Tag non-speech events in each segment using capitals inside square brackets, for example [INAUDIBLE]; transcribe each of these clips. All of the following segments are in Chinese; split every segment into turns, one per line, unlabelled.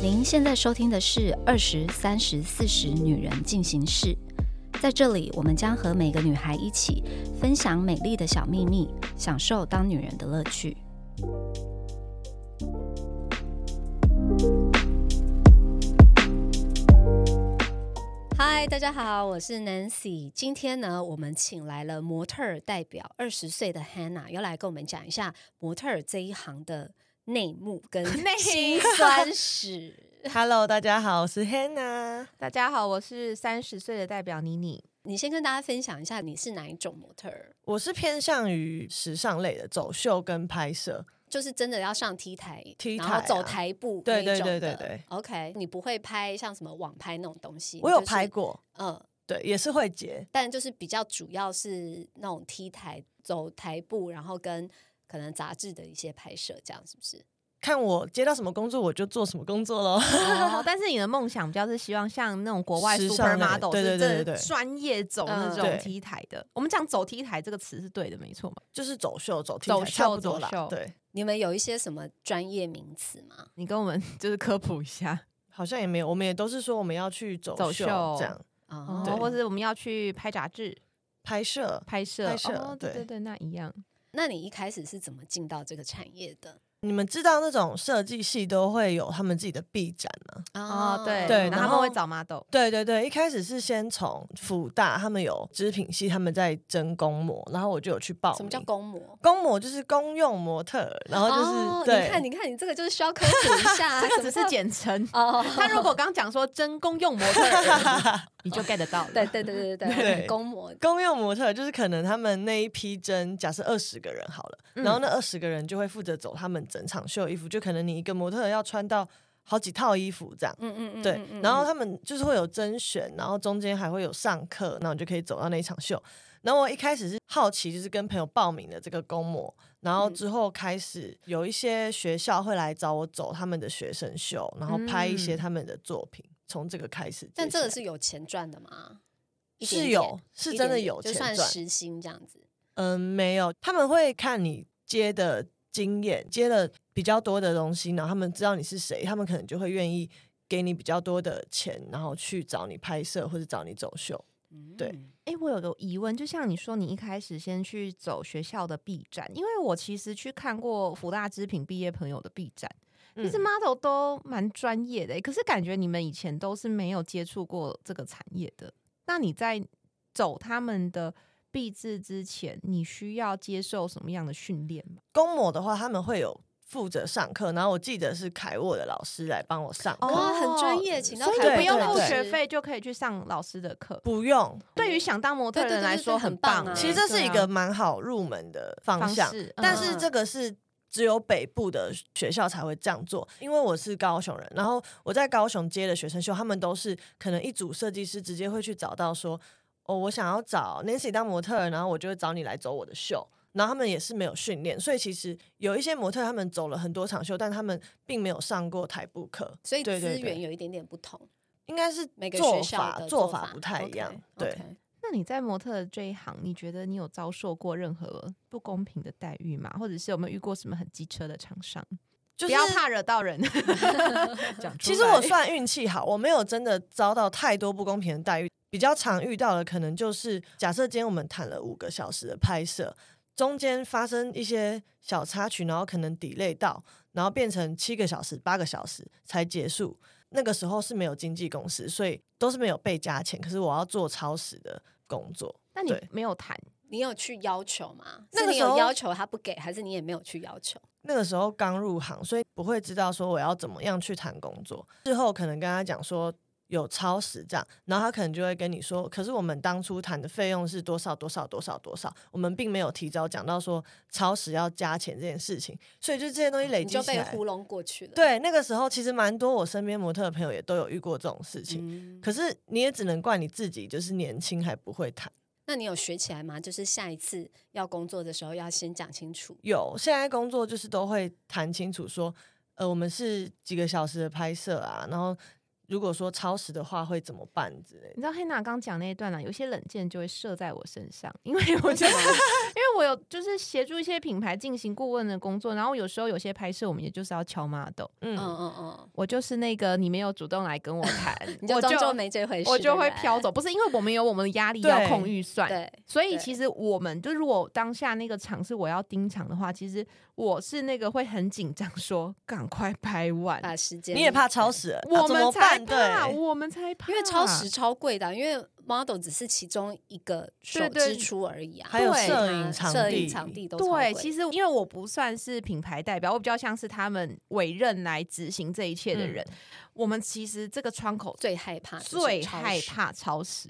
您现在收听的是《二十三十四十女人进行式》，在这里，我们将和每个女孩一起分享美丽的小秘密，享受当女人的乐趣。嗨，大家好，我是 Nancy。今天呢，我们请来了模特儿代表二十岁的 Hannah，要来跟我们讲一下模特儿这一行的内幕跟辛酸史。
Hello，大家好，我是 Hannah。
大家好，我是三十岁的代表妮妮。
你先跟大家分享一下你是哪一种模特儿，
我是偏向于时尚类的，走秀跟拍摄。
就是真的要上 T 台，
T
然
台
后
啊
走台步
对
那
对
种
对对
的
对
OK，你不会拍像什么网拍那种东西，
我
你
有
就是
拍，过，
嗯，
对，也是会截。
但就是比较主要是那种 T 台走台步，然后跟可能杂志的一些拍摄，这样是不是？
看我接到什么工作，我就做什么工作喽。
[LAUGHS] 哦，但是你的梦想比较是希望像那种国外
时尚类
supermodel，
对
是真
对对
的
对对
专业走那
嗯
种
对
T 台的。我们讲走 T 台这个词是对的，没错嘛？
[LAUGHS] 就是走秀、走 T
走
台差
秀
不多
走
啦
秀。
对，
你们有一些什么专业名词吗？
你跟我们 [LAUGHS] 就是科普一下，
好像也没有，我们也都是说我们要去走
走
秀
秀
这样
啊、
哦
对，
或是我们要去拍杂志、
拍摄。
拍摄、
拍摄
哦，对
对
对对，那一样。
那你一开始是怎么进到这个产业的？
你们知道那种设计系都会有他们自己的毕展吗？
啊
哦，对
对
然后他
然后
们会找 model。
对对对，一开始是先从辅大，他们有织品系，他们在征公模，然后我就有去报名。
什么叫公模？
公模就是公用模特儿，然后就是、
哦、
对，
你看，你看，你这个就是需要科普一下
[LAUGHS]
啊，
这个
什么
只是
叫。
简 [LAUGHS] 称
哦，
他如果刚讲说真公用模特儿，你就 get 到了。
对对对对对对，
[LAUGHS] 对
公模
公用模特儿就是可能他们那一批针，假设二十个人好了，
嗯
然后那二十个人就会负责走他们整场秀的衣服，就可能你一个模特儿要穿到好几套衣服这样。
嗯嗯嗯，
对
嗯，嗯
然
嗯
后他们就是会有甄选，然后中间还会有上课，然后你就可以走到那一场秀。然后我一开始是好奇，就是跟朋友报名的这个公模，然后
嗯
之后开始有一些学校会来找我走他们的学生秀，然后拍一些
嗯
他们的作品，从这个开始接起来。
但这个是有钱赚的吗？一点
是
点
有是
一
真
点
的
点
有
就
钱
算
赚，
时薪这样子。
嗯，没有，他们会看你接的经验，接了比较多的东西，然后他们知道你是谁，他们可能就会愿意给你比较多的钱，然后去找你拍摄或者找你走秀。对
嗯，
哎、我有个疑问，就像你说，你一开始先去走学校的 B 站，因为我其实去看过福大织品毕业朋友的 B 站，其
嗯
实 model 都蛮专业的、欸可是感觉你们以前都是没有接触过这个产业的。那你在走他们的毕制之前，你需要接受什么样的训练吗？
公模的话，他们会有负责上课，然后我记得是凯沃的老师来帮我上课，
哦很专业请到
所以
台
你不
湾
用
的
付
老
学
师
费就可以去上老师的课。
不用。
对于想当模特
对
的
对
人
对
来
对
说，
对很
棒、
棒啊
欸。
其实这是一
对啊
个蛮好入门的方
方
向，
式，
但
嗯
是
嗯
这个是只有北部的学校才会这样做，因为我是高雄人，然后我在高雄接的学生秀，他们都是可能一组设计师直接会去找到说，哦，我想要找 Nancy 当模特儿，然后我就会找你来走我的秀。然后他们也是没有训练，所以其实有一些模特他们走了很多场秀，但他们并没有上过台步课，
所以
对对
资源
对
有一点点不同，
应该是
每个
做
学校
法
的
做
法
法不太一样。对，
OK，OK
那你在模特儿这一行，你觉得你有遭受过任何不公平的待遇吗？或者是有没有遇过什么很机车的厂商？
就
不
是
要怕惹到人。讲出
其实
来 [LAUGHS]
我算运气好，我没有真的遭到太多不公平的待遇。比较常遇到的可能就是，假设今天我们谈了五个小时的拍摄，中间发生一些小插曲，然后可能 delay 到，然后变成七个小时、八个小时才结束。那个时候是没有经纪公司，所以都是没有被加钱。可是我要做超时的工作，
那你
对
没有谈，
你有去要求吗？
那
是
个
你
时
有
候
要求他不给，还是你也没有去要求？
那个时候刚入行，所以不会知道说我要怎么样去谈工作。事后可能跟他讲说有超时这样，然后他可能就会跟你说，可是我们当初谈的费用是多少多少多少多少，我们并没有提早讲到说超时要加钱这件事情，所以就这些东西累
你
积
就
起
被
来。
糊弄过去了。
对，那个时候其实蛮多我身边模特的朋友也都有遇过这种事情，
嗯，
可是你也只能怪你自己，就是年轻还不会谈。
那你有学起来吗？就是下一次要工作的时候，要先讲清楚。
有，现在工作就是都会谈清楚说，呃，我们是几个小时的拍摄啊，然后如果说超时的话会怎么办之类的。
你知道黑娜刚讲那一段呢、啊有些冷箭就会射在我身上，因为我觉得，因为我有就是协助一些品牌进行顾问的工作，然后有时候有些拍摄我们也就是要敲 model，
嗯
嗯，
嗯嗯，，
我就是那个你没有主动来跟我谈
你
我
就
就
当做没这回事，
我就会
对不对
飘。走，不是因为我们有我们的压力
对
要控预算。
对，
所以
对
其实我们就如果当下那个场是我要盯场的话，其实我是那个会很紧张，说赶快拍完，
把时间
你也怕超时，啊
我
怎么
们才
办？
怕，
对，
我们才怕，
因为超时超贵的啊，因为 model 只是其中一个手
对对
支出而已啊，
还
[LAUGHS]
有
对
摄
啊
影场
摄影
地
场地都超
对，
贵
其实因为我不算是品牌代表，我比较像是他们委任来执行这一切
嗯
的人。我们其实这个窗口
最害怕啊就是
最
超
害
时
怕超时，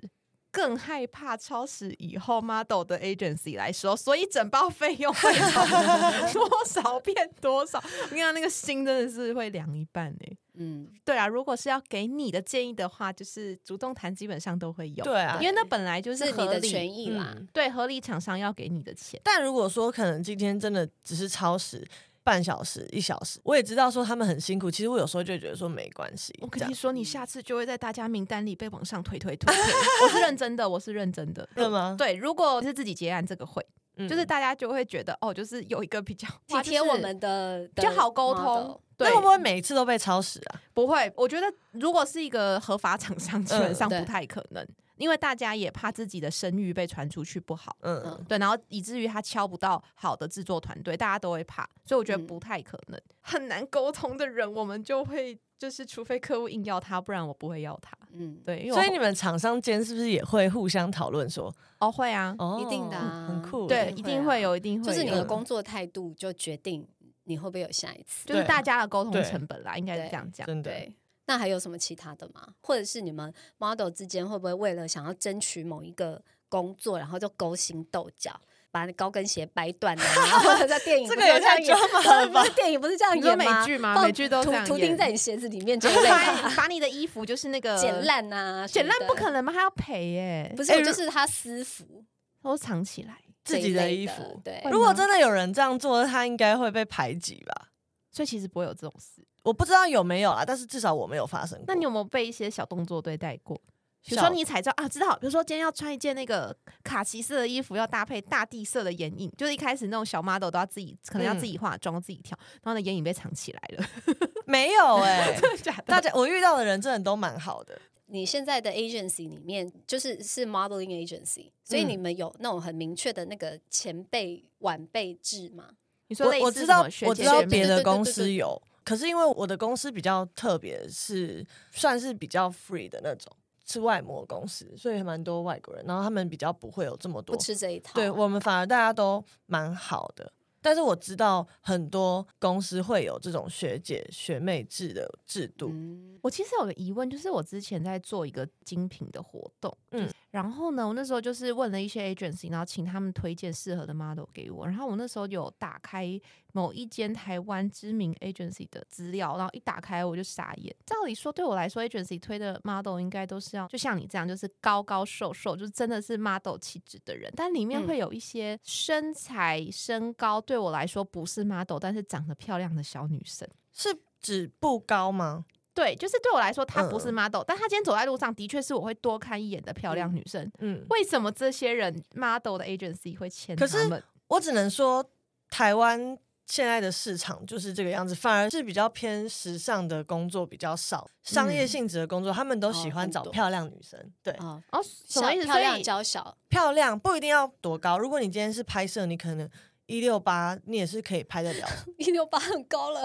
更害怕超时以后 model 的 agency 来说，所以整包费用会
[LAUGHS]
从多少变多少。我跟你讲，那个心真的是会凉一半哎、
嗯，
对啊，如果是要给你的建议的话，就是主动谈基本上都会有，
对啊
因为那本来就是
你
合
的
理
权益啦，
嗯
对合理厂商要给你的钱。
但如果说可能今天真的只是超时半小时、一小时，我也知道说他们很辛苦。其实我有时候就会觉得说没关系，
我
这
跟
样
你说，
嗯
你下次就会在大家名单里被往上推推推 [LAUGHS] 推。我是认真的，我是认真
[LAUGHS]
的。
真的吗？嗯
对，如果是自己结案，这个会，
对
就是大家就会觉得哦，就是有一个比较
[LAUGHS] 体贴我，们的
哇就是比较好沟，通
的。
对
那，会不会每一次都被超时啊？
不会，我觉得如果是一个合法厂商，基本上
嗯对
不太可能，因为大家也怕自己的声誉被传出去不好。
嗯
嗯，
对，然后以至于他敲不到好的制作团队，大家都会怕，所以我觉得
嗯
不太可能。很难沟通的人，我们就会就是，除非客户硬要他，不然我不会要他。
嗯，
对，因为我
所以你们厂商间是不是也会互相讨论说，
哦会啊，
哦，
一定的啊
嗯很酷欸，
对，
一
一
定会
定
啊
会有，一定会
就是你的
有
工作态度就决定你会不会有下一次。
就是
对
大家的沟通
对
成本啦，应该是这样讲。
真的。
对，那还有什么其他的吗？或者是你们 model 之间会不会为了想要争取某一个工作，然后就勾心斗角？把高跟鞋掰断啊！然后在电影
[LAUGHS]
这
不
个
是有
也
这样
太
演，
抓
[LAUGHS]
马
真的
了吧
不是电影不是这样
你说
演
美
吗？
剧吗？
放
美剧都
图
这样
图钉
演
在你鞋子里面
[LAUGHS]
这一类的
把你把你的衣服就是那个
剪，烂啊什
呃剪
么
烂
的，
不可能哎吗？他要赔耶，
不
是
是，我就是他私服
都藏起来。
这
自
一
己的
类
衣服。
对，
会
如果
吗
真的有人这样做，他应该会被排挤吧？
所以其实不会有这种事。
我不知道有没有啊啦，但是至少我没有发生过。
那你有没有被一些小动作对待过？比如
小
说你彩妆啊，知道，比如说今天要穿一件那个卡其色的衣服，要搭配大地色的眼影，就是一开始那种小 model 都要自己，可能要
嗯
自己化妆、自己挑，然后呢眼影被藏起来了， [LAUGHS]
没有哎、
真的假的？
大家我遇到的人真的都蛮好的，
你现在的 agency 里面就是是 modeling agency，所以
嗯
你们有那种很明确的那个前辈晚辈制吗？
你说类
我我
似
知
什
道
么学
我
姐
知道
学妹
别的公
对对对
司
对
有，可是因为我的公司比较特别，是算是比较 free 的那种，是外模公司，所以蛮多外国人，然后他们比较不会有这么
不
多。
吃这一套。
对我们反而大家都蛮好的，但是我知道很多公司会有这种学姐学妹制的制度，
嗯
我其实有个疑问，就是我之前在做一个精品的活动，
嗯
嗯，然后呢，我那时候就是问了一些 agency，然后请他们推荐适合的 model 给我，然后我那时候有打开某一间台湾知名 agency 的资料，然后一打开我就傻眼。照理说对我来说，agency 推的 model 应该都是要就像你这样，就是高高瘦瘦，就是真的是 model 气质的人，但里面
嗯
会有一些身材、身高对我来说不是 model，但是长得漂亮的小女生。
是指不高吗？
对，就是对我来说，她不是
嗯
model，、但她今天走在路上，的确是我会多看一眼的漂亮女生。
嗯，
为什么这些人 model 的 agency 会签
可
他
是
们？
我只能说，台湾现在的市场就是这个样子，反而是比较偏时尚的工作比较少，商业性质的工作，他们都喜欢
嗯
找
哦很多
漂亮女生。对，
哦，
哦，什
小
么意思？
漂
所
亮
以
娇
[LAUGHS]
小，
漂亮不一定要多高，如果你今天是拍摄，你可能。一六八，你也是可以拍得
[LAUGHS]
了。
一六八很高了，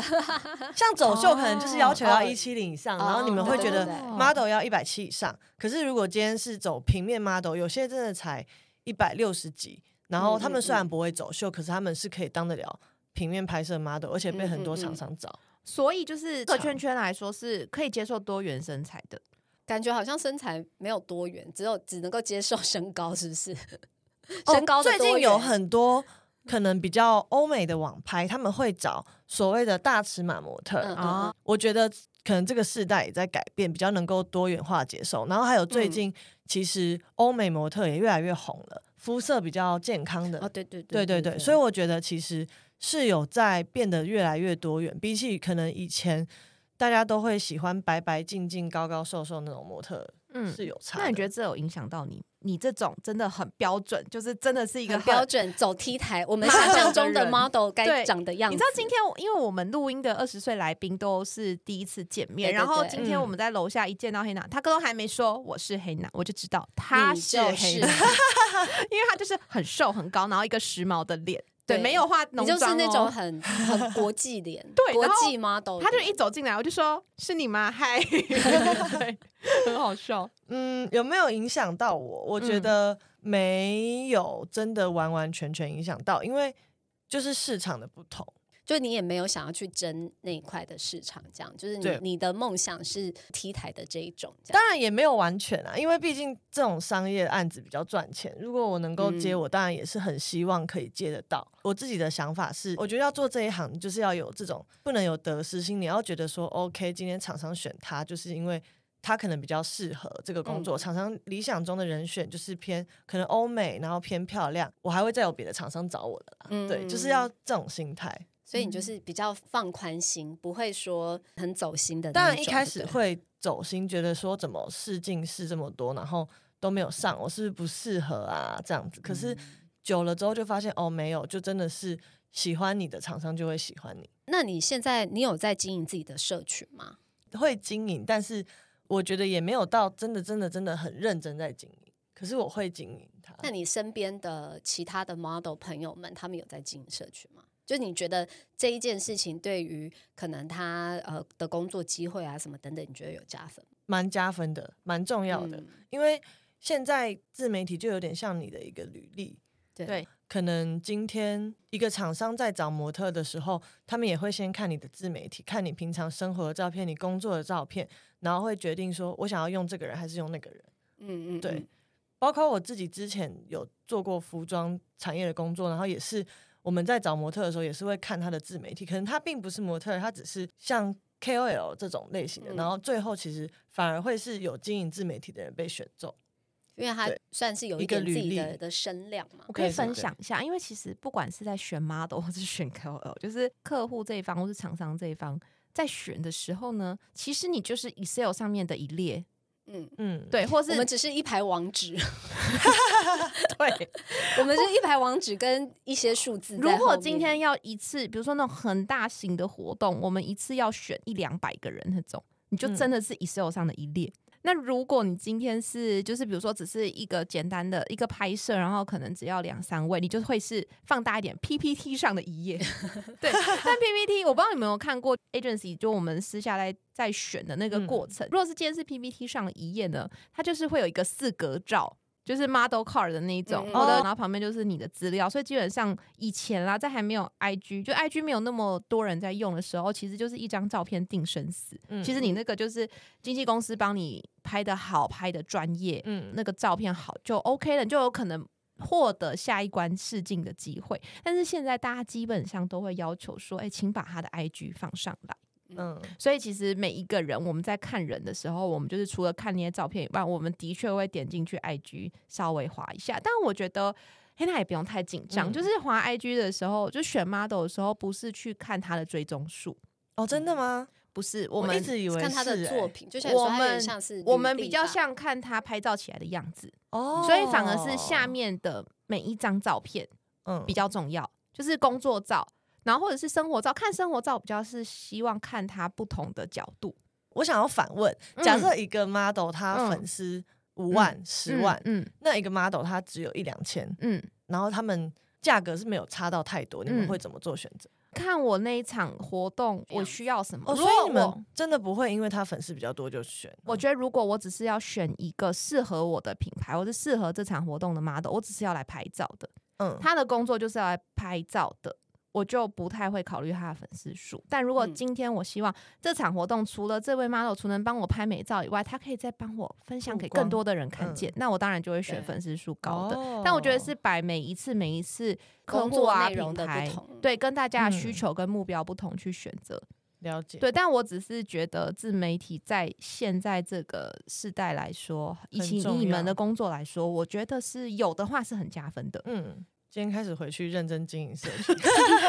像走秀，可能就是要求
哦
要一七零以上，然后你们会觉
对
得
对对
model 要一百七以上。可是如果今天是走平面 model，有些真的才一百六十几，然
嗯
后他们虽然不会走秀，可是他们是可以当得了平面拍
嗯
摄 model，而且被很多厂商找。
所以就是这圈圈来说是可以接受多元身材的。
感觉好像身材没有多元，只有只能够接受身高，是不 [LAUGHS] 是？
哦
身高的
最
多
近有
元
很多可能比较欧美的网拍，他们会找所谓的大尺码模特。
嗯
啊
嗯
我觉得可能这个世代也在改变，比较能够多元化接受。然后还有
嗯
最近，其实欧美模特也越来越红了，肤色比较健康的
嗯哦，对对
对对
对
对，所以我觉得其实是有在变得越来越多元，比起可能以前。大家都会喜欢白白净净、高高瘦瘦那种模特，
嗯，
是有差的。
那你觉得这有影响到你？你这种真的很标准，就是真的是一
一
个
个
很
标准走 T 台，我们想象中的 model 该
对
长的样子。
你知道今天我，因为我们录音的二十岁来宾都是第一次见面，
对对
然后
对
今天
嗯
我们在楼下一见到黑娜，她都还没说我是黑娜，我就知道她
你
是
就
黑 [LAUGHS]
是
娜，因为她就是很瘦很高，然后一个时髦的脸，对，
对
没有化
你
浓
就
妆、哦
是那种。很很国际脸，
[LAUGHS] 对
国
然后
际 model 脸。
她就一走进来，我就说是你吗？嗨，对，很好笑。
嗯，有没有影响到我？我觉
嗯
得没有真的完完全全影响到，因为就是市场的不同。
就你也没有想要去争那一块的市场，这样就是你
对
你的梦想是 T 台的这一种，这样
当然也没有完全啊，因为毕竟这种商业案子比较赚钱。如果我能够接，
嗯
我当然也是很希望可以接得到。我自己的想法是，我觉得要做这一行，就是要有这种不能有得失心，你要觉得说，OK，今天厂商选他，就是因为。他可能比较适合这个工
嗯
作，厂商理想中的人选就是偏可能欧美，然后偏漂亮。我还会再有别的厂商找我的啦，
嗯
对，就是要这种心态。
所以你
嗯
就是比较放宽心，不会说很走心的那
当
种。
然一开
对
始
不对
会走心，觉得说怎么试镜试这么多，然后都没有上，我是不是不适合啊这样子。可
嗯
是久了之后就发现哦，没有，就真的是喜欢你的厂商就会喜欢你，
那你现在你有在经营自己的社群吗？
会经营，但是我觉得也没有到真的真的真的很认真在经营。可是我会经营它，
那你身边的其他的 model 朋友们，他们有在经营社群吗？就你觉得这一件事情对于可能他呃的工作机会啊什么等等，你觉得有加分吗？
蛮加分的，蛮重要的，
嗯
因为现在自媒体就有点像你的一个履历，
对
对
可能今天一个厂商在找模特的时候，他们也会先看你的自媒体，看你平常生活的照片、你工作的照片，然后会决定说我想要用这个人还是用那个人。
嗯嗯，
对
嗯
包括我自己之前有做过服装产业的工作，然后也是我们在找模特的时候，也是会看他的自媒体，可能他并不是模特，他只是像 KOL 这种类型的，
嗯
然后最后其实反而会是有经营自媒体的人被选中。
因为他
对
算是有
一
一
个
点自
履
己的
历
的声量嘛
[LAUGHS] 我。可以
对对
分
对
享一下，因为其实不管是在选 model 或是选 KOL，就是客户这一方或是厂商这一方，在选的时候呢，其实你就是 Excel 上面的一列，
嗯，
嗯，
对，或是
我们只是一排网址， [LAUGHS]
对。
我们是一排网址跟一些数字在后
如
面。
果今天要一次，比如说那种很大型的活动，我们一次要选一两百个人那种，你就
嗯
真的是 Excel 上的一列。那如果你今天是就是比如说只是一个简单的一个拍摄，然后可能只要两三位，你就会是放大一点 PPT 上的一页。 [LAUGHS] 对，但 PPT 我不知道你们有没有看过 agency，就我们私下来在选的那
嗯
个过程。如果是今天是 PPT 上的一页呢，它就是会有一个四格照。就是 model card 的那一种，
嗯
或者
哦
然后旁边就是你的资料，所以基本上以前啦，在还没有 IG，就 IG 没有那么多人在用的时候，其实就是一张照片定生死。
嗯
其实你那个就是经纪公司帮你拍的好，拍的专业，
嗯，
那个照片好就 OK 了，你就有可能获得下一关试镜的机会。但是现在大家基本上都会要求说，哎、请把他的 IG 放上来。
嗯
所以其实每一个人，我们在看人的时候，我们就是除了看那些照片以外，我们的确会点进去 IG 稍微滑一下。但我觉得。黑娜也不用太紧张，
嗯
就是滑 IG 的时候，就选 model 的时候，不是去看他的追踪数，
哦，真的吗？
不是我
我
们
一直以为
看他的
是欸
作品，就像你说
我
他有点
们
像是
我
履
们
历
比较
吧
像看他拍照起来的样子，
哦，
所以反而是下面的每一张照片
嗯
比较重要，就是工作照，然后或者是生活照。看生活照比较是希望看他不同的角度，
我想要反问，
嗯
假设一个 model 他
嗯
粉丝五万、十、万，
嗯
那一个 model 他只有一两千，
嗯。嗯
然后他们价格是没有差到太多，你们
嗯
会怎么做选择？
看我那一场活动，我需要什么？
哦，
如
所以
果
你
我
们真的不会因为他粉丝比较多就选哦，
我觉得，如果我只是要选一个适合我的品牌，或是适合这场活动的 model，我只是要来拍照的，
嗯，
他的工作就是要来拍照的，我就不太会考虑他的粉丝数。但如果
嗯
今天我希望这场活动除了这位 model 除能帮我拍美照以外，他可以再帮我分享
曝
给更
光
多的人看
嗯哦
见，那我当然就会选
对
粉丝数高的。哦但我觉得是摆每一次每一次客户啊、
工作内容
品
的不
牌
同
对跟大家的需
嗯
求跟目标不同去选择。
了解，
对，但我只是觉得自媒体在现在这个时代来说，以
很
及
重
你们
要 [LAUGHS]
的工作来说，我觉得是有的话是很加分的。
嗯，今天开始回去认真经营社群， [LAUGHS]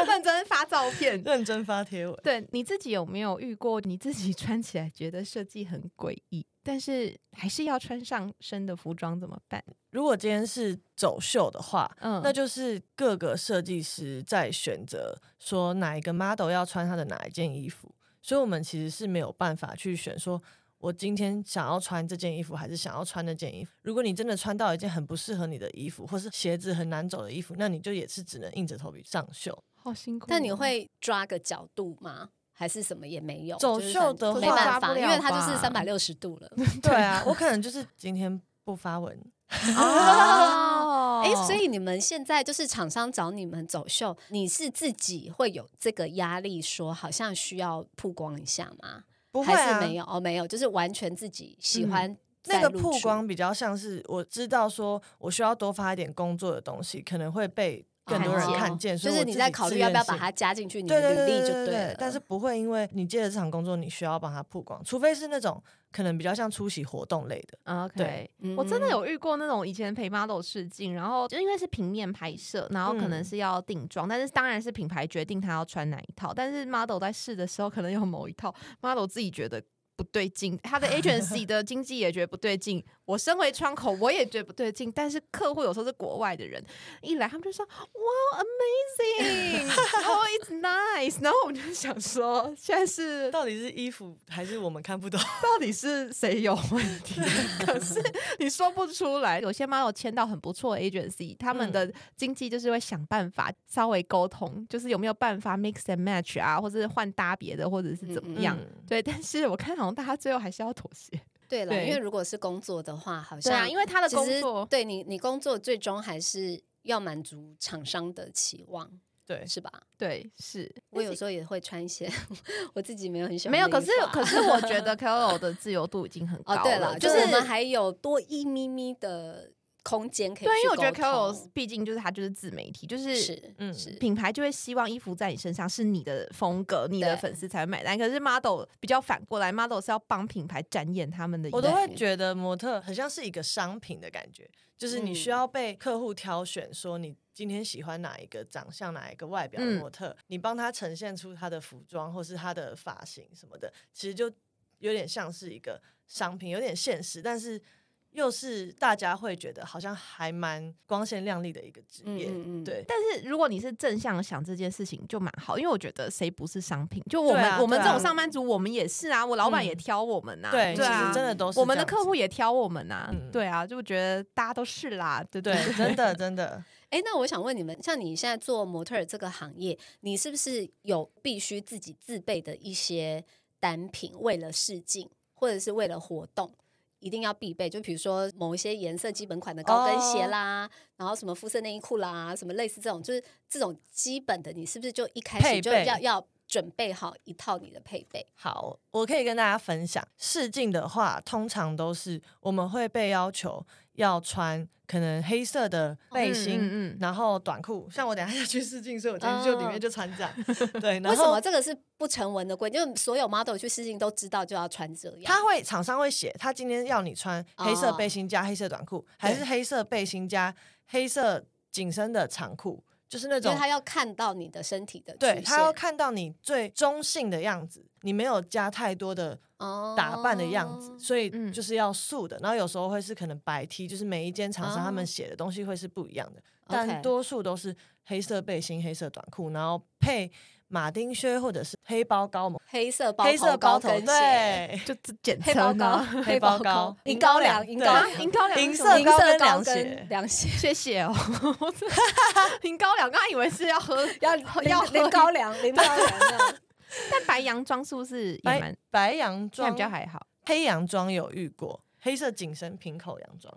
认真发照片。
认真发贴文。
对你自己有没有遇过你自己穿起来觉得设计很诡异，但是还是要穿上身的服装怎么办？
如果今天是走秀的话，
嗯
那就是各个设计师在选择说哪一个 model 要穿他的哪一件衣服，所以我们其实是没有办法去选说。我今天想要穿这件衣服，还是想要穿那件衣服？如果你真的穿到一件很不适合你的衣服，或是鞋子很难走的衣服，那你就也是只能硬着头皮上秀。
好辛苦哦。
但
嗯
你
[LAUGHS]
会抓个角度吗？还是什么也没有？
走
就是
秀
反
的
没
话
办
抓
法，
不
因
了
为它就是
吧
三百六十度了。
对啊，我可能就是今天不
[LAUGHS]
发文，
[LAUGHS] 哦，
哎、所以你们现在就是厂商找你们走秀，你是自己会有这个压力说好像需要曝光一下吗？
不会
还
啊，
是没有？哦，没有，就是完全自己喜
嗯
欢、
那个曝光。比较像是我知道说我需要多发一点工作的东西，可能会被更多人
哦
看见，所
就
以我
是
自
你
己
在考虑
自
要
愿
不要把
性
它加进去你
对
的
对
履
对
历
对
就
对
了。
但是不会因为你接了这场工作，你需要帮他曝光，除非是那种可能比较像出席活动类的。
OK，
对
我真的
嗯
有遇过那种以前陪 model 试镜，然后就因为是平面拍摄，然后可能
嗯
是要定妆，但是当然是品牌决定他要穿哪一套，但是 model 在试的时候可能有某一套 model 自己觉得。不对劲，他的 agency 的经纪也觉得不对劲，我身为窗口我也觉得不对劲，但是客户有时候是国外的人，一来他们就说哇 amazing，哦 it's nice，然后我们就想说现在是
到底是衣服还是我们看不懂？
到底是谁有问 [LAUGHS] 题？可是你说不出来。嗯有些 model 签到很不错的 agency，他们的经纪就是会想办法稍微沟通，就是有没有办法 mix and match 啊，或者是换搭别的，或者是怎
[LAUGHS]
么样。
嗯
对，但是我看好像大家最后还是要妥协。
对了，
对
因为如果是工作的话，好
对
像
啊，因为他的
其
工
实
作
对你，你工作最终还是要满足厂商的期望，
对，
是吧？
对是，
我有时候也会穿一些 [LAUGHS] 我自己没有很喜欢
没
的衣
有，
服啊，
可是可是我觉得 KOL 的自由度已经很高
哦，对了，
就
就是是我们还有多一咪咪的空间可以去
对，因为我觉得
沟通
KOL 毕竟就是他就是自媒体，就是
是
嗯
是
品牌就会希望衣服在你身上是你的风格，你的
对
粉丝才会买单。可是 model 比较反过来，model 是要帮品牌展演他们的衣服。
我都会觉得模特很像是一个商品的感觉，就是你需
嗯
要被客户挑选，说你今天喜欢哪一个长相、哪一个外表的
嗯
模特，你帮他呈现出他的服装或是他的发型什么的，其实就有点像是一个商品，有点现实，但是又是大家会觉得好像还蛮光鲜亮丽的一个职
嗯
业。
嗯嗯
对，
但是如果你是正向想这件事情就蛮好，因为我觉得谁不是商品？就我们、
对啊
我们
对
这
啊
种上班族，我们也是啊，我老板
嗯
也挑我们呐、
对，
对
其
啊
实，真的都是
我们
这
的
样
客
子
户。也挑我们呐、
嗯
对啊，就觉得大家都是啦，对嗯不
对，
[LAUGHS]
真的真的，
哎，那我想问你们，像你现在做模特儿这个行业，你是不是有必须自己自备的一些单品，为了试镜或者是为了活动？一定要必备，就比如说某一些颜色基本款的高跟鞋
哦
啦然后什么肤色内衣裤啦，什么类似这种，就是这种基本的，你是不是就一开始
配
就
备
要要准备好一套你的配备？
好，我可以跟大家分享，试镜的话，通常都是我们会被要求要穿可能黑色的
哦
背心，
嗯嗯嗯
然后短裤。像我等一下要去试镜，所以我今天就里面就穿
[LAUGHS]
这样。
哦
对，
为
然
什么
后
这个是不成文的规定？就是所有 model 去试镜都知道就要穿这样。
他会厂商会写，他今天要你穿黑色
哦
背心加黑色短裤，还是黑色背心加黑色紧身的长裤，就是那
因
种
为他要看到你的身体的曲
对
线，
他要看到你最中性的样子，你没有加太多的打扮的样子，
哦
所以
嗯
就是要素的。然后有时候会是可能白 T，就是每一间厂商他
哦
们写的东西会是不一样的，
OK
但多数都是黑色背心、黑色短裤，然后配马丁靴或者是黑包高嘛，
哦黑色包头
黑色包
高
头
跟鞋，
对。
就就简
黑包
称
高
啊，
黑包高
银
银
高
高
粱，
粱
银
[LAUGHS] 对
高
啊
粱，
银高粱
银
是什
色
么
[LAUGHS]
银
高
色
跟
高
凉
跟
鞋
凉
[LAUGHS]
鞋，
谢谢哦， [LAUGHS] 林高粱，刚刚以为是要喝
[LAUGHS]
要
要
要
喝
淋高粱，淋高粱的。
但白羊装是不是也蛮
白白洋
现在
装
比较还好？
黑洋装有遇过，黑色紧身平口洋装。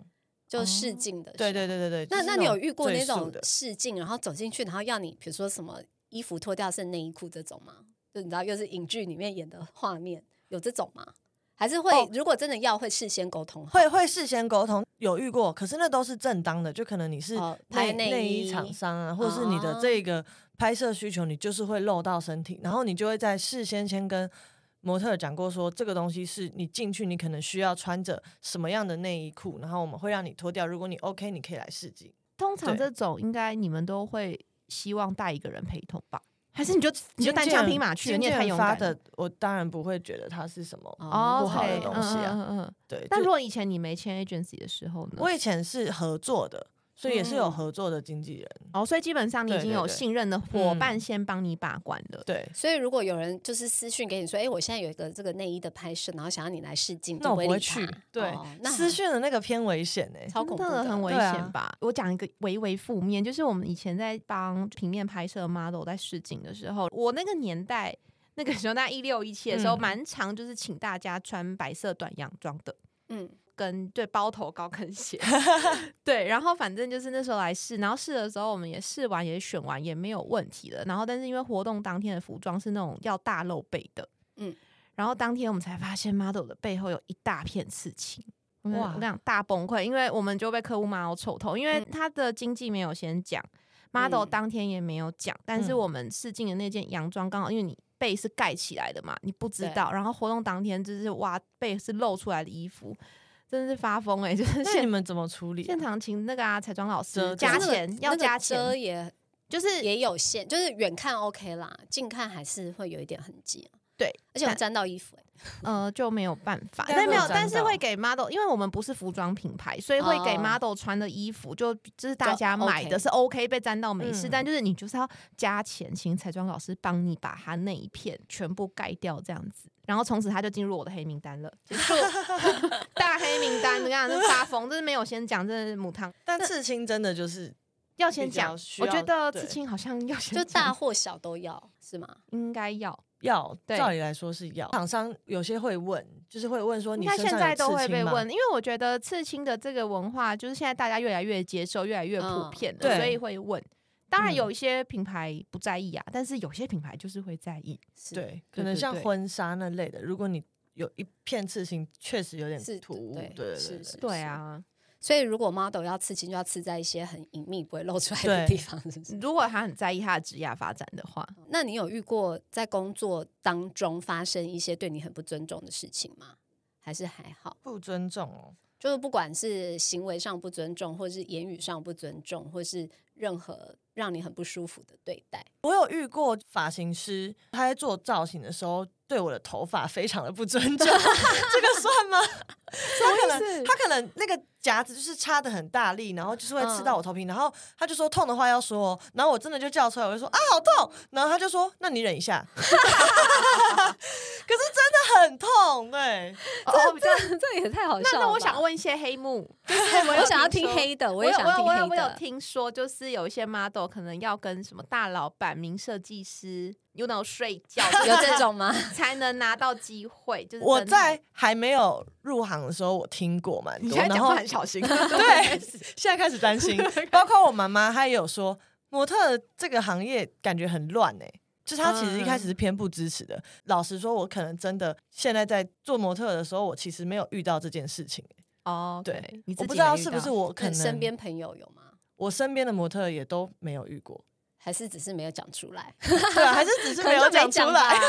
就试镜的时候，
哦对对对对对。
哦那
就是
那你有遇过
最
那
素
种
的？
试镜，然后走进去，然后要你比如说什么衣服脱掉剩内衣裤这种吗？就你知道又是影剧里面演的画面，有这种吗？还是会、
哦
如果真的要会事先沟通好？
会会事先沟通，有遇过，可是那都是正当的，就可能你是
哦拍
内
内
内衣
衣
厂商啊，或是你的
哦
这个拍摄需求，你就是会露到身体，然后你就会在事先先跟模特儿讲过说，这个东西是你进去，你可能需要穿着什么样的内衣裤，然后我们会让你脱掉，如果你 OK，你可以来试镜。
通常
对
这种应该你们都会希望带一个人陪同吧？还是你就你就单
经纪
枪
人
匹马去？
经
你
纪
也太
人
勇
发
敢了。
的，我当然不会觉得它是什么。
哦，
不好的
OK，
东西啊
嗯嗯嗯嗯
对，
但
就
如果以前你没签 agency 的时候呢？
我以前是合作的，所以也是
嗯
有合作的经纪人。
哦，所以基本上你已
对
经
对
有
对
信任的伙
嗯
伴先帮你把关了。
对，
所以如果有人就是私讯给你说，哎、我现在有一个这个内衣的拍摄，然后想要你来试镜，
那我
你
不会
理他
去。对
哦，那
私讯的那个偏危险哎、
超恐怖嗯
真的很危
对啊
险吧？我讲一个微微负面，就是我们以前在帮平面拍摄 model 在试镜的时候，我那个年代。那个时候，大概一六一七的时候，
嗯
蛮常就是请大家穿白色短洋装的，
嗯，
跟对包头高跟
[LAUGHS]
鞋，对，然后反正就是那时候来试，然后试的时候我们也试完也选完也没有问题了，然后但是因为活动当天的服装是那种要大露背的，嗯
嗯，
然后当天我们才发现 model 的背后有一大片刺青。哇！
哇
我跟你讲大崩溃，因为我们就被客户骂到臭头，因为
嗯
他的经纪没有先讲、m o d e l
嗯
当天也没有讲，但是
嗯
我们试镜的那件洋装刚好因为你背是盖起来的嘛，你不知
对
道，然后活动当天就是哇背是露出来的衣服，真的是发疯哎、就是
那你
现
们怎么处理啊、
现场请那个啊彩妆老
遮
师
的
可
加
是那个
钱，要
那个
加
遮
钱，
也
就是
也有限，就是远看 OK 啦，近看还是会有一点痕迹、啊
对，
而且我
但
沾到衣服、欸，
呃就没有办法，
但
但没有
会，沾
但是
到
会给 model，因为我们不是服装品牌，所以会给
哦
model 穿的衣服，就就是大
就
家买的
OK
是 OK 被沾到没事，
嗯
但就是你就是要加钱请彩妆老师帮你把它那一片全部盖掉这样子。然后从此他就进入我的黑名单了，结
[LAUGHS]
束大黑名单，你看这发疯，这是没有先讲，这是母汤
但刺青真的就是
要先
比较
讲。
需
我觉
要
得
对
刺青好像要先
欸就
讲
大或小都要是吗？
应该要，
要，
对
照理来说是要。厂商有些会问，就是会问说
哦
应
你
该
身
现
上
在
有
都
刺
会
青
被
吗
问，因为我觉得刺青的这个文化，就是现在大家越来越接受，越来越普
嗯
遍了，
对
所以会问。当然
嗯
有一些品牌不在意啊，但是有些品牌就是会在意。
是，
对，
对
可能
对
像
对
婚纱那类的，如果你有一片刺青，确实有点
是
突兀，
对
对对
是
对
是
对
对啊，
所以如果 model 要刺青，就要刺在一些很隐秘、不会露出来的地
对
方，是不是？
如果他很在意他的职业发展的话，
那你有遇过在工作当中发生一些对你很不尊重的事情吗？还是还好？
不尊重哦。
就是不管是行为上不尊重，或是言语上不尊重，或是任何让你很不舒服的对待，
我有遇过发型师，他在做造型的时候对我的头发非常的不尊重，这个算吗？ [LAUGHS] 他可
思
能他可能那个夹子就是插的很大力，然后就是会
嗯
刺到我头皮，然后他就说痛的话要说哦，然后我真的就叫出来，我就说啊好痛，然后他就说那你忍一下， [LAUGHS] 可是真的很痛，对，
哦，比较
[LAUGHS] 这也太好
那
笑了。
那我想，问一些黑
[LAUGHS]
幕，就是我
我
有
想要
听
听
说。
黑的，
我
也
有
想
我
要
有
听
我有我
黑
有
的。
听说，就是有一些 model 可能要跟什么大老板、名设计师，you know 睡觉，
[LAUGHS] 有这
[LAUGHS]
种吗？
才能拿到机会。就是
我
真的
在还没有入行的时候，我听过蛮
你
多，
现在
然
讲
后
话很小心，
对，现在开始担心，包括我妈妈，她也有说，模特这个行业感觉很乱哎、就是她其实一开始是偏不支持的。老实说，我可能真的现在在做模特的时候，我其实没有遇到这件事情、欸。
[LAUGHS] 哦，
对
对，你自
我不
己
知道
没遇
是不
到
是我
可
可能
身边朋友有吗？
我身边的模特也都没有遇
[LAUGHS]
过，
还是只是没有讲出来？ [LAUGHS]
对啊，还是只是
可
没
能
有
就
讲
没
出
讲吧
来。，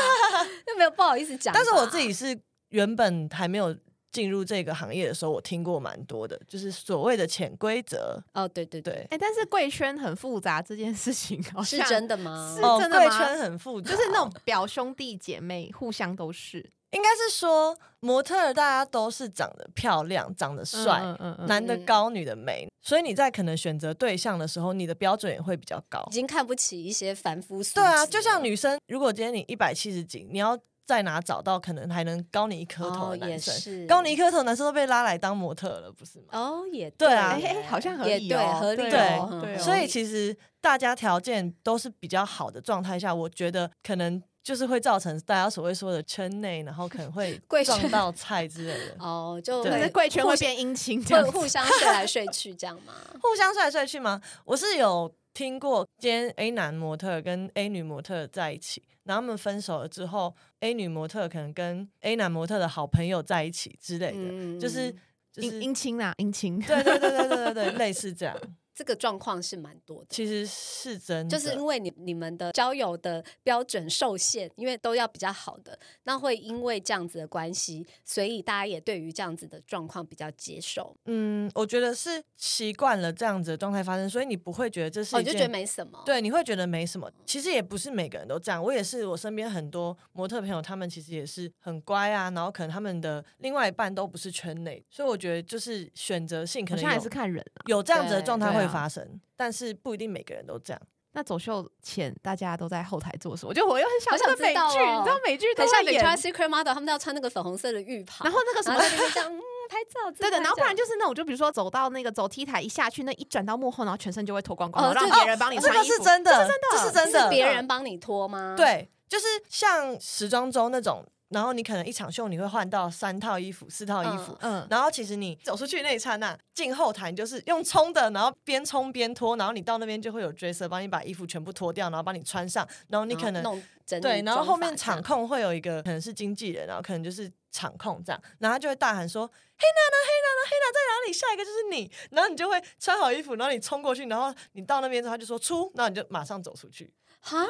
就没有不好意思讲吧。
[LAUGHS] 但是我自己是原本还没有进入这个行业的时候，我听过蛮多的，就是所谓的潜规则。
哦，对对对，
对，
哎，但是贵圈很复杂这件事情，哦好
是
像
真的吗
是？
哦，
真的
贵
吗
圈很复杂，
就是那种表兄弟姐妹互相都是
应该是说模特儿大家都是长得漂亮、长得帅，
嗯嗯嗯
男的高，女的美，所以你在可能选择对象的时候，你的标准也会比较高
已。经看不起一些凡夫俗
对啊，
子
就
了
像女生，如果今天你一百七十几，你要在哪找到可能还能高你一颗
哦
头的
也
男生？
是
高你一颗头的男生都被拉来当模特了，不是吗？
哦也
对啊
耶
哎好像合
也
理
对
哦
合理
对
哦
哦
对
嗯
哦
所以其实大家条件都是比较好的状态下，我觉得可能就是会造成大家所谓说的圈内，然后可能会
贵圈
撞到菜之类的。
哦就
对
就是
会
贵圈会
互相
变姻亲这样
会
子。
互相睡来睡去这样吗？
互相帅来帅去吗？我是有听过，今天 A 男模特跟 A 女模特在一起，然后他们分手了之后，A 女模特可能跟 A 男模特的好朋友在一起之类的，
嗯
就是就是 [LAUGHS]
姻姻亲啦，姻亲。
对对对对对对对，类似这样。
这个状况是蛮多的。
其实是真
就
的，
是因为你你们的交友的标准受限，因为都要比较好的，那会因为这样子的关系，所以大家也对于这样子的状况比较接受，
嗯，我觉得是习惯了这样子的状态发生，所以你不会觉得这是
哦，
一
你就
件、
觉得没什么。，
对，你会觉得没什么。其实也不是每个人都这样，我也是，我身边很多模特朋友，他们其实也是很乖啊，然后可能他们的另外一半都不是圈内，所以我觉得就是选择性
[LAUGHS]
可
好
能
像还
有
是看人啊。
有这样子的
对
状态
对
会
啊
发生，但是不一定每个人都这样。
那走秀前大家都在后台做什么？就我又很想
好想
看
知
美
道
剧，
哦
你知道美剧都
等一下
会演，
Victoria's Secret model 他们都要穿那个粉红色的浴袍，
然后那个什
然
么
啊
后。在那边这样嗯拍照，
对的，然后不然
就
就是那种，就比如说走到那个走 T 台一下去，那一转到幕后，然后全身就会脱光光，
哦
然
这
后让
个
别人帮你
这
穿
个
衣服。
是真的，这是真的，嗯
是别人帮你脱吗？，
对，就是像时装周那种，然后你可能一场秀你会换到三套衣服、四套衣服，
嗯，
然后其实你走出去那一刹那，进后台你就是用冲的，然后边冲边脱，然后你到那边就会有 dresser 帮你把衣服全部脱掉，然后帮你穿上，然后你可能
弄整理
对，然后
妆
后
发
面
这样
场控会有一个可能是经纪人，然后可能就是场控这样，然后他就会大喊说：“黑娜呢？黑娜呢？黑娜在哪里？下一个就是你。”然后你就会穿好衣服，然后你冲过去，然后你到那边之后他就说出，然后你就马上走出去。
啊，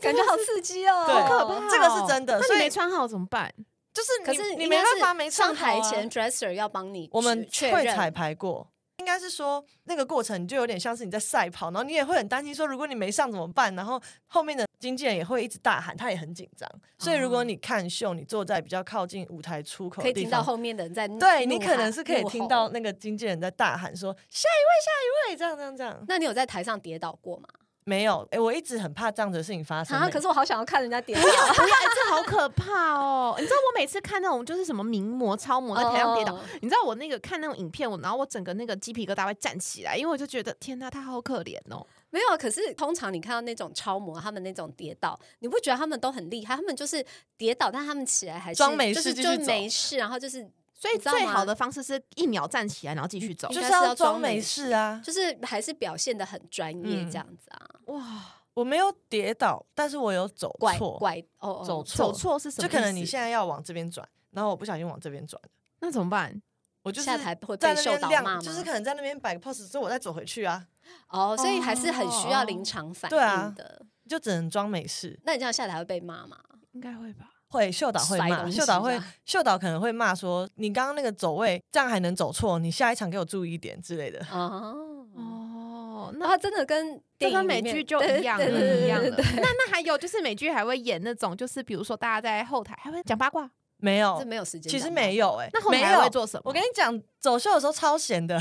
感觉好刺激哦，
对
好可怕哦，
这个是真的
那
所
你
以
没穿好怎么办？
就是你
可是
你
应
没
该
办
是
法没
上
唱好啊
台前 dresser 要帮你
我们
确
会
认
彩排过。应该是说，那个过程你就有点像是你在赛跑，然后你也会很担心说，如果你没上怎么办？然后后面的经纪人也会一直大喊，他也很紧张。所以如果你看秀，你坐在比较靠近舞台出
哦
口
可
的
以
地
听到
方，
后面的人在怒
对你
怒
可能
喊
是可以
怒
听
吼
到那个经纪人在大喊说“下一位，下一位”这样这样这样。
那你有在台上跌倒过吗？
没有，哎、我一直很怕这样子的事情发生、
啊！
欸
可是我好想要看人家跌倒，
[LAUGHS] 不要，这好可怕哦！你知道我每次看那种就是什么名模、超模在台上跌倒
哦，
你知道我那个看那种影片，我然后我整个那个鸡皮疙瘩会站起来，因为我就觉得天呐，他好可怜哦。
没有。啊可是通常你看到那种超模，他们那种跌倒，你不觉得他们都很厉害？他们就是跌倒，但他们起来还是
装没
就
事
是
继
就
续
是没事，然后就是
所以
你知道吗
最好的方式是一秒站起来，然后继续走
嗯。
就是
应该是要
装
装
没
没
事啊。
就是还是表现的很专业
嗯
这样子啊，
哇，
我没有跌倒，但是我有走
拐
错，
拐哦哦
走
走
错，
错是什么意
就
思？
可能你现在要往这边转，然后我不小心往这边转。
那怎么办？
我就是
下台会
在
被
那
受
边
到
亮，
骂吗？
就是可能在那边摆个 pose 之后，我再走回去啊，
哦，所以还是很需要
哦
临场反
对啊
应的。
就只能装没事。
那你这样下台会被骂吗？
应该会吧？
会秀导会
甩
骂，
东
秀
西
导
这
会
样
秀导可能会骂说你刚刚那个走位这样还能走错，你下一场给我注意一点之类的。
哦，
哦，
然
那。
后真的跟电
这
影
跟
里
美
面
剧就
对
一样
对对
了，
对
一样
对
的。
对
那那还有就是美剧还会演那种，就是比如说大家在后台还会讲八卦，
没有
这，没有时间
其
讲吧。
实没有哎、
那后
没
台还会
有。
做什么？
我跟你讲，走秀的时候超闲的，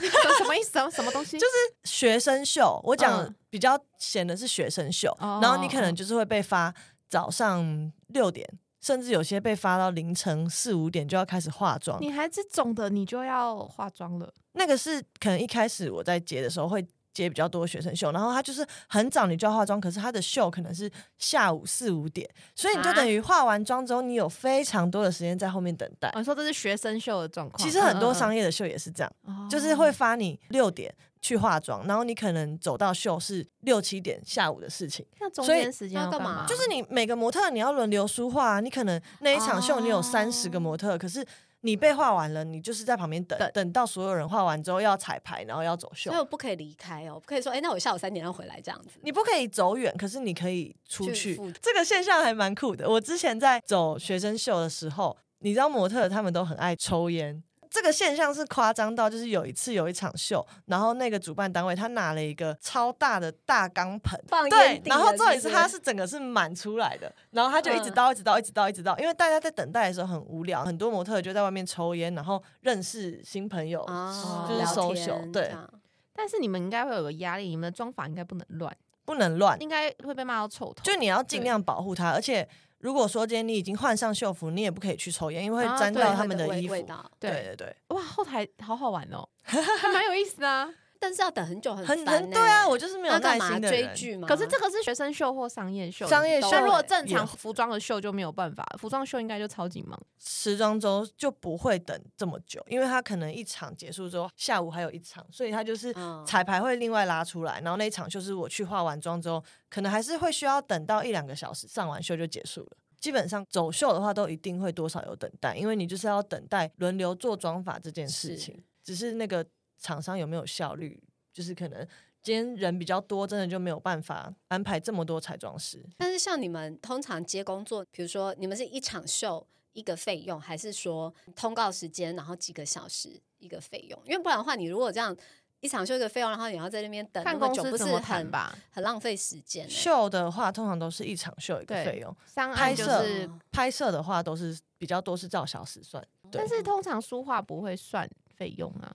你什什么意思？什么什么东西？就是
学生秀。我讲
嗯
比较闲的是学生秀，
哦
然后你可能就是会被发早上六点，甚至有些被发到凌晨四五点就要开始化妆。
你还这种的，你就要化妆了。
那个是可能一开始我在接的时候会接比较多学生秀，然后他就是很早你就要化妆，可是他的秀可能是下午四五点，所以你就
啊
等于化完妆之后，你有非常多的时间在后面等待。
哦、你说这是学生秀的状况，
其实很多商
业、
业的秀也是这样，
嗯哦
就是会发你六点去化妆，然后你可能走到秀是六七点下午的事情，
那中
所以
间时间
那
要
干嘛
嘛？
就是你每个模特你要轮流梳化、啊你可能那一场秀你有三十个模特，可是。你被画完了，你就是在旁边等
等，
等到所有人画完之后要彩排，然后要走秀
所以。我不可以离开哦，不可以说，哎，那我下午三点要回来这样子。
你不可以走远，可是你可以出
去
去
附近。
这个现象还蛮酷的。我之前在走学生秀的时候，你知道模特他们都很爱抽烟。这个现象是夸张到，就是有一次有一场秀，然后那个主办单位他拿了一个超大的大钢盆，
放烟
对，
蒂
然后
了
重点
是
是
不
它
是
是整个是满出来的，然后他就一直
嗯
倒，一直倒，一直倒，一直倒，因为大家在等待的时候很无聊，很多模特就在外面抽烟，然后认识新朋友，
啊，
哦就是
聊
social，
天
对
这样
但是你们应该会有个压力，你们的妆法应该不能乱，
不能乱，
应该会被骂到臭头。
就你要尽
对
量保护它，而且如果说今天你已经换上秀服，你也不可以去抽烟，因为
啊
会沾
对
到
会
他们
的
的
味
衣服。
味道，
对
对对对，
哇，后台好好玩
[LAUGHS]
哦，还蛮有意思的 [LAUGHS] 啊。
但是要等很久，很
很
烦
很
呢
对啊，我就是没有
那
耐
干嘛
心的
追
人。
剧吗？
可是这个是学生秀或商业秀，
商业秀
那如果正
也
常服装的秀就没有办法，服装秀应该就超级忙。
时装周就不会等这么久，因为他可能一场结束之后，下午还有一场，所以他就是
嗯
彩排会另外拉出来，然后那一场就是我去化完妆之后，可能还是会需要等到一两个小时，上完秀就结束了。基本上走秀的话，都一定会多少有等待，因为你就是要等待轮流做妆法这件事
是
情，只是那个厂商有没有效率，就是可能今天人比较多，真的就没有办法安排这么多彩妆师。
但是像你们通常接工作，比如说你们是一场秀一个费用，还是说通告时间然后几个小时一个费用？因为不然的话，你如果这样一场秀一个费用，然后你要在那边等那
看
么
公
久，
司
不是
怎么谈
很
吧。
很浪费时间、欸？
秀的话，通常都是一场秀一个
对
费用，
商案
拍
就
摄
是，
拍摄的话都是比较多是照小时算。对
但是通常书画不会算费用啊。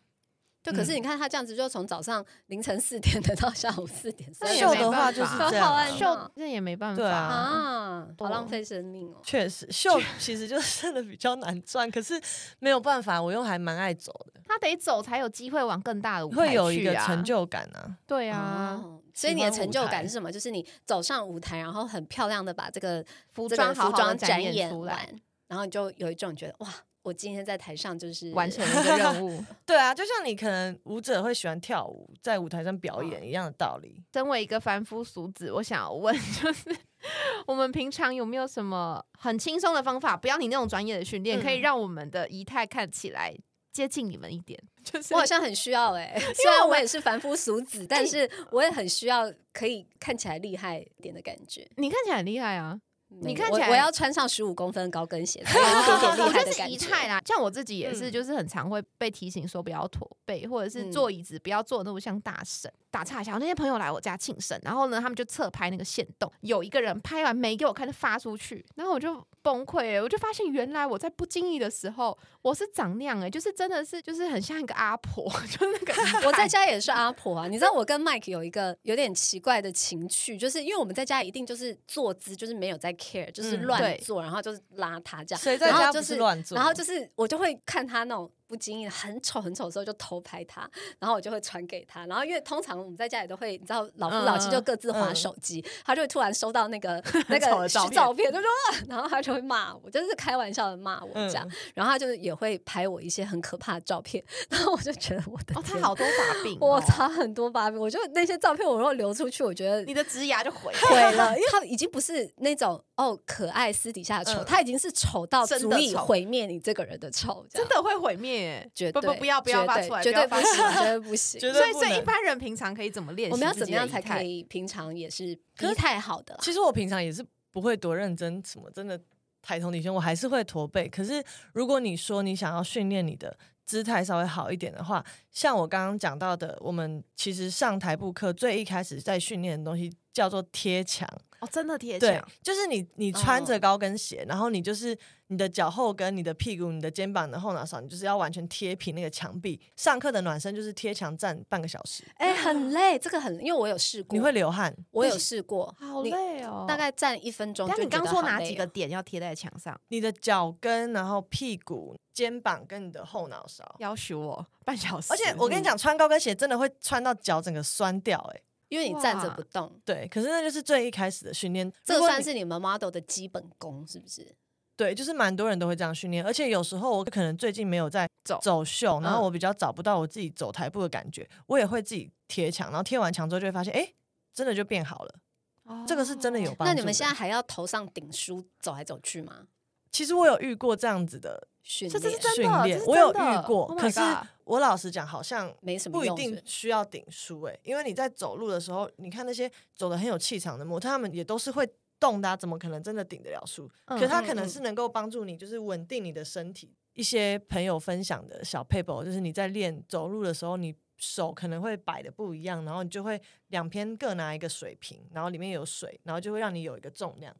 对，可是
嗯
你看他这样子，就从早上凌晨四点等到下午四点，
那也
秀
没
的话
办
就是
法
这样啊、
好按
秀那也没办法
对啊
啊，好浪费生命哦。
确实，秀其实就是 [LAUGHS] 真的比较难赚，可是没有办法，我又还蛮爱走的，
他得走才有机会往更大的舞台去、啊、
会有一个成。就感啊。
对啊，
哦，所以你的成就
喜欢舞
感
台
是什么？就是你走上舞台，然后很漂亮的把这个
服
这
装
个
好
服
好地
装
展演
演
出来，
完，然后你就有一种觉得哇，我今天在台上就是
完成了一个任
[LAUGHS]
务。
对啊，就像你可能舞者会喜欢跳舞，在舞台上表演
嗯
一样的道理。
身为一个凡夫俗子，我想要问，就是 [LAUGHS] 我们平常有没有什么很轻松的方法，不要你那种专业的训练，
嗯
可以让我们的仪态看起来接近你们一点？ [LAUGHS] 就是
[LAUGHS] 我好像很需要哎、虽然我也是凡夫俗子，
哎
但是我也很需要可以看起来厉害一点的感觉。
你看起来很厉害啊，你
嗯
看
我
起来
我要穿上十五公分高跟鞋，
[LAUGHS]
才有一点点
我
厉害
觉得
的
是
感
仪
觉。
态啦，像我自己也是，
嗯
就是很常会被提醒说不要驼背，或者是
嗯
坐椅子不要坐得那么像大神。打岔一下，我那些朋友来我家庆生，然后呢，他们就侧拍那个线动，有一个人拍完没给我看就发出去，然后我就崩溃欸了，我就发现原来我在不经意的时候我是长那样哎、就是真的是就是很像一个阿婆， [LAUGHS] 就是那个仪态
我在家也是阿婆啊，你知道我跟 Mike 有一个有点奇怪的情趣，就是因为我们在家一定就是坐姿就是没有在 care，就是
嗯
乱
对
坐，然后就是邋遢这样，
谁在
啊然后
家
就
不
是
是乱做？
然后就是我就会看他那种不经意的很丑很丑的时候就偷拍他，然后我就会传给他。然后因为通常我们在家里都会，你知道老夫老妻
嗯
就各自划
嗯
手机，他就会突然收到那个那
很丑的
个
照片
照片，就说，啊然后他就会骂我，就是开玩笑的骂我这样。然后他就是也会拍我一些很可怕的照片，然后我就觉得我的
哦，他
天
好多把柄、哦，
我擦，很多把柄。我就那些照片，我如果流出去，我觉得 [LAUGHS]
你的植牙就毁了。
毁了，
[LAUGHS]
因为他已经不是那种哦可爱私底下的丑，
嗯
他已经是丑到
真
足
的
以
丑
毁灭你这个人的丑，这
真
样
的会毁灭、欸，
绝
不
对
不不要不要
绝
发
对
出来，
绝
不要
对
发
不
出
行，啊 [LAUGHS] 绝
来
对不
[LAUGHS]
行。
绝
所
对
以，
不
所以一
能。
般人平常可以怎么练习？
我们要怎么样才可？以平常也是
可
仪
是
态好的啦？
其实我平常也是不会多认真，什么真的抬头挺胸，我还是会驼背。可是如果你说你想要训练你的姿态稍微好一点的话，像我刚刚讲到的，我们其实上台步课最一开始在训练的东西叫做贴墙。
哦，真的贴
对
墙，，哦
就是你你穿着高跟鞋，然后你就是你的脚后跟、你的屁股、你的肩膀、你的后脑勺，你就是要完全贴平那个墙壁。上课的暖身就是贴墙站半个小时，
哎，
啊
很累，这个很，因为我有试过，
你会流汗。
我有试过，
好
你
累哦。
大概站一分钟
但
就
你
觉
刚
得
说
好
哪
累
几个
哦？
点要贴在墙上？
你的脚跟，然后屁股、肩膀跟你的后脑勺。
要求我半小时。
而且我跟你讲，穿高跟鞋真的会穿到脚整个酸掉、欸，哎，
因为你站着
哇
不动，
对。可是那就是最一开始的训练，
这
如果
算
你
是你们 model 的基本功，是不是？
对，就是蛮多人都会这样训练。而且有时候我可能最近没有在
走
走秀，
嗯
然后我比较找不到我自己走台步的感觉，我也会自己贴墙，然后贴完墙之后就会发现，哎、真的就变好了。
哦
这个是真的有帮
那
助
你们现在
在
还要头上顶书走来走去吗？
其实我有遇过这样子的
训
这
练
这是真
训
的，
练
这，是
我有
真的
遇过
Oh my
可是
god
我老实讲，好像
没什么
不一
用是
定
不是
需要顶书哎、因为你在走路的时候，你看那些走的很有气场的模特，他们也都是会动的啊、怎么可能真的顶得了书？
嗯
可是他
嗯
可能
嗯
是能够帮助你，就是稳定你的身体。一些朋友分享的小 paper，就是你在练走路的时候，你手可能会摆的不一样，然后你就会两边各拿一个水瓶，然后里面有水，然后就会让你有一个重量。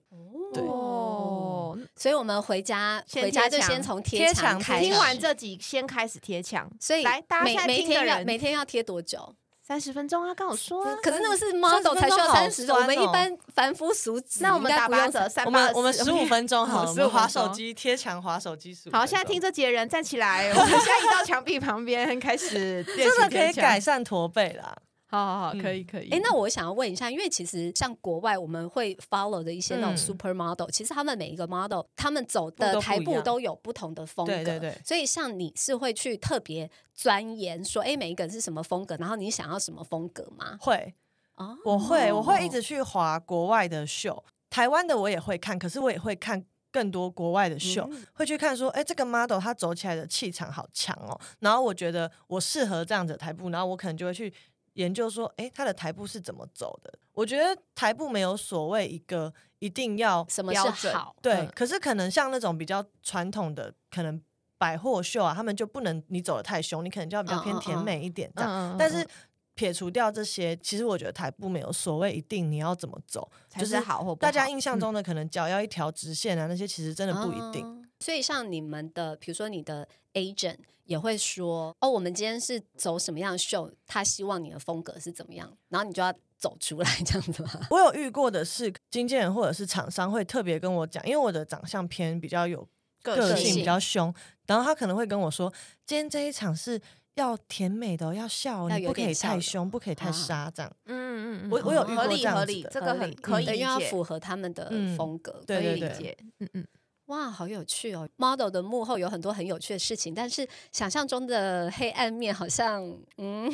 对
哦，
哦，
所以我们回家
先
回家
贴
就
墙
先从
贴
墙
墙
开始。
听完这集先开始贴墙，
所以
来大家
每
现在
每
听的
天要
人
每天要贴多久？
三十分钟啊，刚好说啊。
可是那个是
分
model
钟
才需要
好
三十种，我们
酸
一
哦
般凡夫俗子，
那我们
应该
打
不用
八折，三
我
八
们
二
我们
四
十
[LAUGHS]
五。分钟
好
好了，我
15
们划
分
手
钟
机贴墙划手机数。
好，现在听这几个人站起来，我们现在移到墙壁旁边开始练
真
习
的可
贴
以
墙
改。善驼背啦。
好好好，
嗯
可以可以。
哎、那我想要问一下，因为其实像国外我们会 follow 的一些那种
嗯
super model，、其实他们每一个 model 他们走
步
的
都不
台
一
步
样
都有不同的风格，
对对对
所以像你是会去特别钻研说，哎、每一个人是什么风格，然后你想要什么风格吗？
会，
哦，
我会，我会一直去划国外的秀，台湾的我也会看，可是我也会看更多国外的秀，
嗯
会去看说，哎、这个 model 他走起来的气场好强哦，然后我觉得我适合这样子的台步，然后我可能就会去研究说，哎、他的台步是怎么走的？我觉得台步没有所谓一个一定要
什么
标
是
准
好？
对，
嗯
可是可能像那种比较传统的，可能百货秀啊，他们就不能你走的太凶，你可能就要比较
嗯
偏
嗯
甜
嗯
美一点这样。
嗯，
但是撇除掉这些，其实我觉得台步没有所谓一定你要怎么走，
才
就是
好或不
大家
好
印象中的可能脚要一条直线啊，那些其实真的不一定。
哦所以像你们的，比如说你的 agent 也会说，哦，我们今天是走什么样的秀，他希望你的风格是怎么样，然后你就要走出来这样子吗？
我有遇过的是经纪人或者是厂商会特别跟我讲，因为我的长相偏比较有个
性
性比较凶，然后他可能会跟我说，今天这一场是要甜美的、哦，要笑、哦，
要
你
有
不可
点
以
笑
太
的
凶，不可以太
啊
杀这样。
嗯嗯嗯，
我
我有遇
合
过
理
这样
合
子
理，
的
这
合
个很
理嗯
可以
对
理
因为要
解，
符合他们的
嗯
风格。
对
可以
对
理
对
解，嗯嗯，
哇，好有趣哦！model 的幕后有很多很有趣的事情，但是想象中的黑暗面好像，嗯，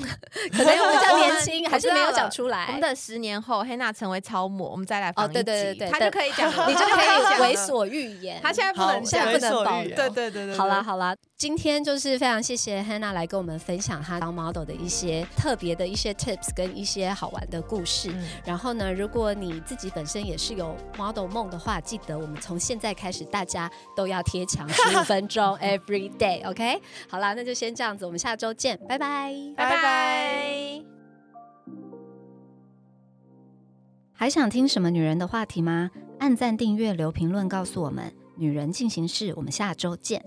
可能我比较年轻，
[LAUGHS] 我
还是
知
没
道
有讲
了
出
我
来
们。等十年后，黑娜成为超模，我们再来
哦，
访一
对对
集
对对，
她就可以
[LAUGHS]
讲了，
你
[LAUGHS]
就可以为
所，
所
嗯
欲言。
她现在不
好
能
我
现
讲
在
为
不能
所
保留。
欲言
对对对对，
好啦
对，
好啦，今天就是非常谢谢 Hannah 来跟我们分享她当 model 的一些特别的一些 tips 跟一些好玩的故事。
嗯
然后呢，如果你自己本身也是有 model 梦的话，记得我们从现在开始，大家都要贴墙十五分钟 [LAUGHS] every day，OK？、好啦，那就先这样子，我们下周见，拜拜。
拜
拜
拜。
还想听什么女人的话题吗？按赞、订阅、留评论，告诉我们。女人进行式，我们下周见。